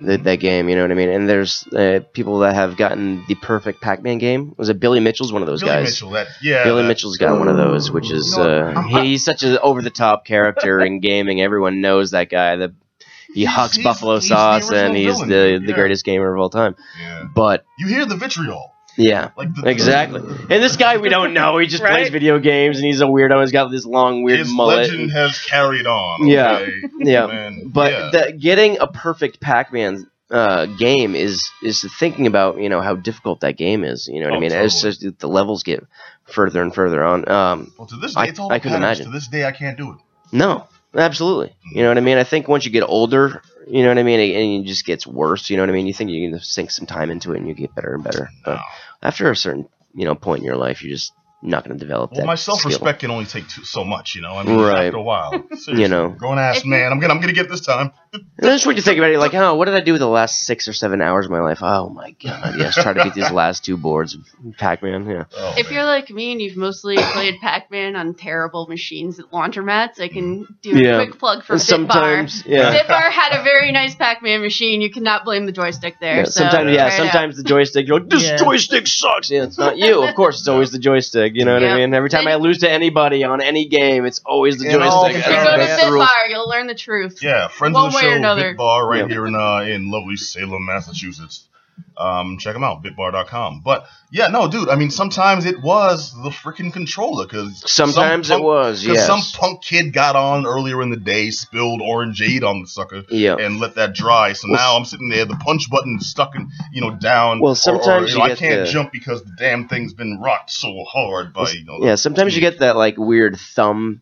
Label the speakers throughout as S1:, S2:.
S1: the, that game. You know what I mean? And there's uh, people that have gotten the perfect Pac-Man game. Was it Billy Mitchell's one of those
S2: Billy
S1: guys?
S2: Mitchell, that yeah,
S1: Billy
S2: that-
S1: Mitchell's got one of those, which is
S2: You know what?
S1: uh,
S2: I'm-
S1: he's such an over-the-top character in gaming. Everyone knows that guy. The he
S2: He's-
S1: hucks
S2: he's-
S1: buffalo
S2: he's the
S1: sauce,
S2: original
S1: and he's
S2: villain,
S1: the, the
S2: yeah.
S1: greatest gamer of all time.
S2: Yeah.
S1: But
S2: You hear the vitriol,
S1: yeah,
S2: like the,
S1: exactly. And this guy we don't know. He just
S3: Right?
S1: plays video games, and he's a weirdo. He's got this long, weird
S2: His
S1: mullet.
S2: legend has carried on.
S1: Yeah.
S2: okay?
S1: Yeah.
S2: Man,
S1: But
S2: yeah.
S1: the, getting a perfect Pac-Man uh, game is is thinking about you know how difficult that game is. You know what
S2: Oh,
S1: I mean? It's
S2: totally.
S1: just that the levels get further and further on. Um,
S2: well, to this day,
S1: I-
S2: it's all
S1: I could
S2: patterns.
S1: imagine.
S2: To this day, I can't do it.
S1: no, absolutely. You know what I mean? I think once you get older, you know what I mean, and it just gets worse. You know what I mean? You think you can sink some time into it and you get better and better. But
S2: No.
S1: after a certain you know point in your life, you're just not going to develop
S2: Well,
S1: that
S2: my
S1: skill.
S2: self-respect can only take too, so much, you know. I mean,
S1: Right.
S2: after a while, seriously,
S1: You know,
S2: grown ass man, I'm gonna, I'm gonna get this time.
S1: And that's what you think about it. You're like, oh, what did I do with the last six or seven hours of my life? Oh my god, yes, try to beat these last two boards of Pac-Man. Yeah,
S2: Oh,
S3: If
S2: man.
S3: you're like me and you've mostly played Pac-Man on terrible machines at laundromats, I can do
S1: Yeah.
S3: a quick plug for
S1: and
S3: Bitbar.
S1: sometimes, yeah,
S2: Fit-
S3: Bitbar had a very nice Pac-Man machine. You cannot blame the joystick there.
S1: yeah,
S3: so
S1: sometimes, yeah,
S3: right out.
S1: sometimes the joystick. You're like, this
S4: Yeah.
S1: joystick sucks. Yeah, it's not you. Of course, it's always the joystick. You know what
S3: Yeah.
S1: I mean? Every time I
S3: And-
S1: love to anybody on any game, it's always the
S4: And all
S1: joystick.
S4: the
S3: If you go to
S4: That's
S1: the rules.
S3: Bitbar, you'll learn the truth.
S2: Yeah, friends
S3: One
S2: of the
S3: way or
S2: show,
S3: another.
S2: Bitbar, right
S1: Yeah.
S2: here in uh, in lovely Salem, Massachusetts. Um, check them out, bitbar.com. But yeah, no, dude. I mean, sometimes it was the freaking controller because
S1: Sometimes it was,
S2: because
S1: yes.
S2: some punk kid got on earlier in the day, spilled orangeade on the sucker,
S1: yeah.
S2: and let that dry. So
S1: Well,
S2: now I'm sitting there, the punch button stuck and you know down.
S1: Well,
S2: or- or,
S1: sometimes
S2: you
S1: you
S2: know, I
S1: get
S2: can't
S1: the-
S2: jump because the damn thing's been rocked so hard by you know.
S1: Yeah, sometimes
S2: mm.
S1: you get that like weird thumb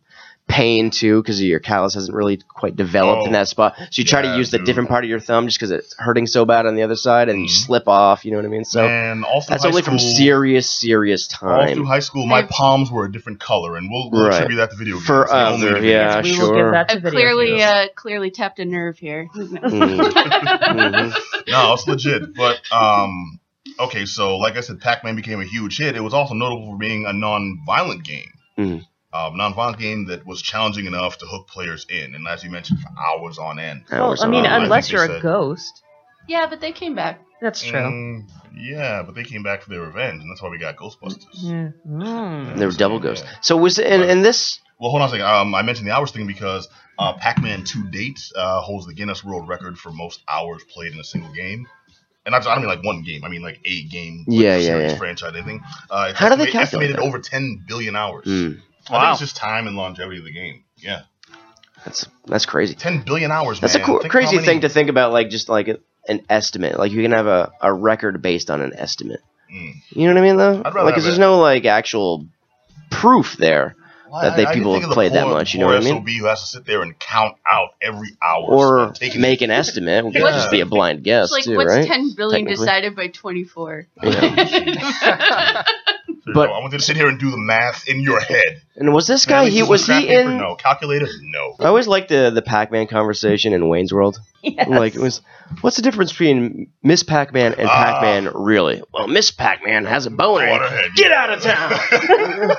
S1: pain too because your callus hasn't really quite developed in
S2: Oh.
S1: that spot. So you try
S2: Yeah,
S1: to use the
S2: dude.
S1: different part of your thumb just because it's hurting so bad on the other side, and you
S2: Mhm.
S1: slip off. You know what I mean? So
S2: and all through
S1: that's
S2: high
S1: only
S2: school,
S1: from serious, serious
S2: All through
S1: time.
S2: high school, my
S3: I've-
S2: palms were a different color, and we'll, we'll
S1: Right.
S2: attribute that to video games.
S1: For
S2: It's the only
S1: other-
S2: video
S1: yeah,
S2: games.
S4: we will
S1: sure.
S4: give that to
S3: I've
S4: video.
S3: clearly,
S2: games.
S3: uh, clearly tapped a nerve here.
S1: Mhm. Mhm.
S2: no, it's legit. But um, okay, so like I said, Pac-Man became a huge hit. It was also notable for being a non-violent game.
S1: Mhm.
S4: Mm.
S2: Um, non-violent game that was challenging enough to hook players in, and as you mentioned, for hours on end.
S1: That
S4: Well,
S1: was
S4: I mean,
S1: all right.
S2: online,
S4: unless
S2: they
S4: you're a
S2: said.
S4: ghost.
S3: yeah, but they came back.
S4: That's true.
S2: Mm, yeah, but they came back for their revenge, and that's why we got Ghostbusters.
S4: Yeah. Mm.
S1: They were double ghosts.
S2: Yeah.
S1: So was and, and this
S2: Well, hold on a second. Um, I mentioned the hours thing because uh, Pac-Man to date uh, holds the Guinness World Record for most hours played in a single game. And I, I don't mean like one game. I mean like a game. like,
S1: Yeah, yeah,
S2: series,
S1: yeah.
S2: Franchise, anything. Uh, it's
S1: How do they
S2: estimate-
S1: calculate
S2: estimated
S1: that?
S2: over 10 billion hours.
S1: Mm,
S2: I think
S1: Wow.
S2: it's just time and longevity of the game. Yeah,
S1: that's that's crazy.
S2: 10 billion hours.
S1: That's
S2: man.
S1: a cool,
S2: Think how
S1: crazy
S2: many-
S1: thing to think about. Like just like an estimate. Like you can have a, a record based on an estimate.
S2: Mm.
S1: You know what I mean though?
S2: I'd rather
S1: Like 'cause
S2: have
S1: there's
S2: a-
S1: no like actual proof there.
S2: Well,
S1: that they-
S2: can
S1: people
S2: think
S1: have
S2: of the
S1: played that
S2: poor-
S1: much, you know
S2: poor
S1: what I mean?
S2: SOB who has to sit there and count out every hour.
S1: or
S2: spent taking-
S1: make an estimate. It could just be a blind guess
S3: It's like
S1: too,
S3: what's
S1: right?
S3: 10 billion
S1: Technically.
S3: divided by 24?
S1: but-
S2: I want you to sit here and do the math in your head.
S1: and was this guy?
S2: Man,
S1: He
S2: this is
S1: was
S2: crap
S1: he
S2: paper?
S1: in?
S2: No, calculator. No.
S1: I always liked the the Pac Man conversation in Wayne's World.
S4: Yes.
S1: Like it was, what's the difference between Miss Pac Man and
S2: Ah.
S1: Pac Man really? Well, Miss Pac Man has a boner.
S2: Waterhead.
S1: Get out of town.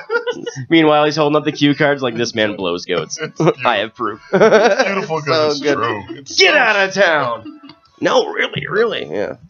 S1: Meanwhile, he's holding up the cue cards like this man blows goats. I have proof.
S2: Beautiful because
S1: So
S2: it's
S1: good.
S2: true. It's
S1: Get
S2: so-
S1: out of town. No, really, really. Yeah.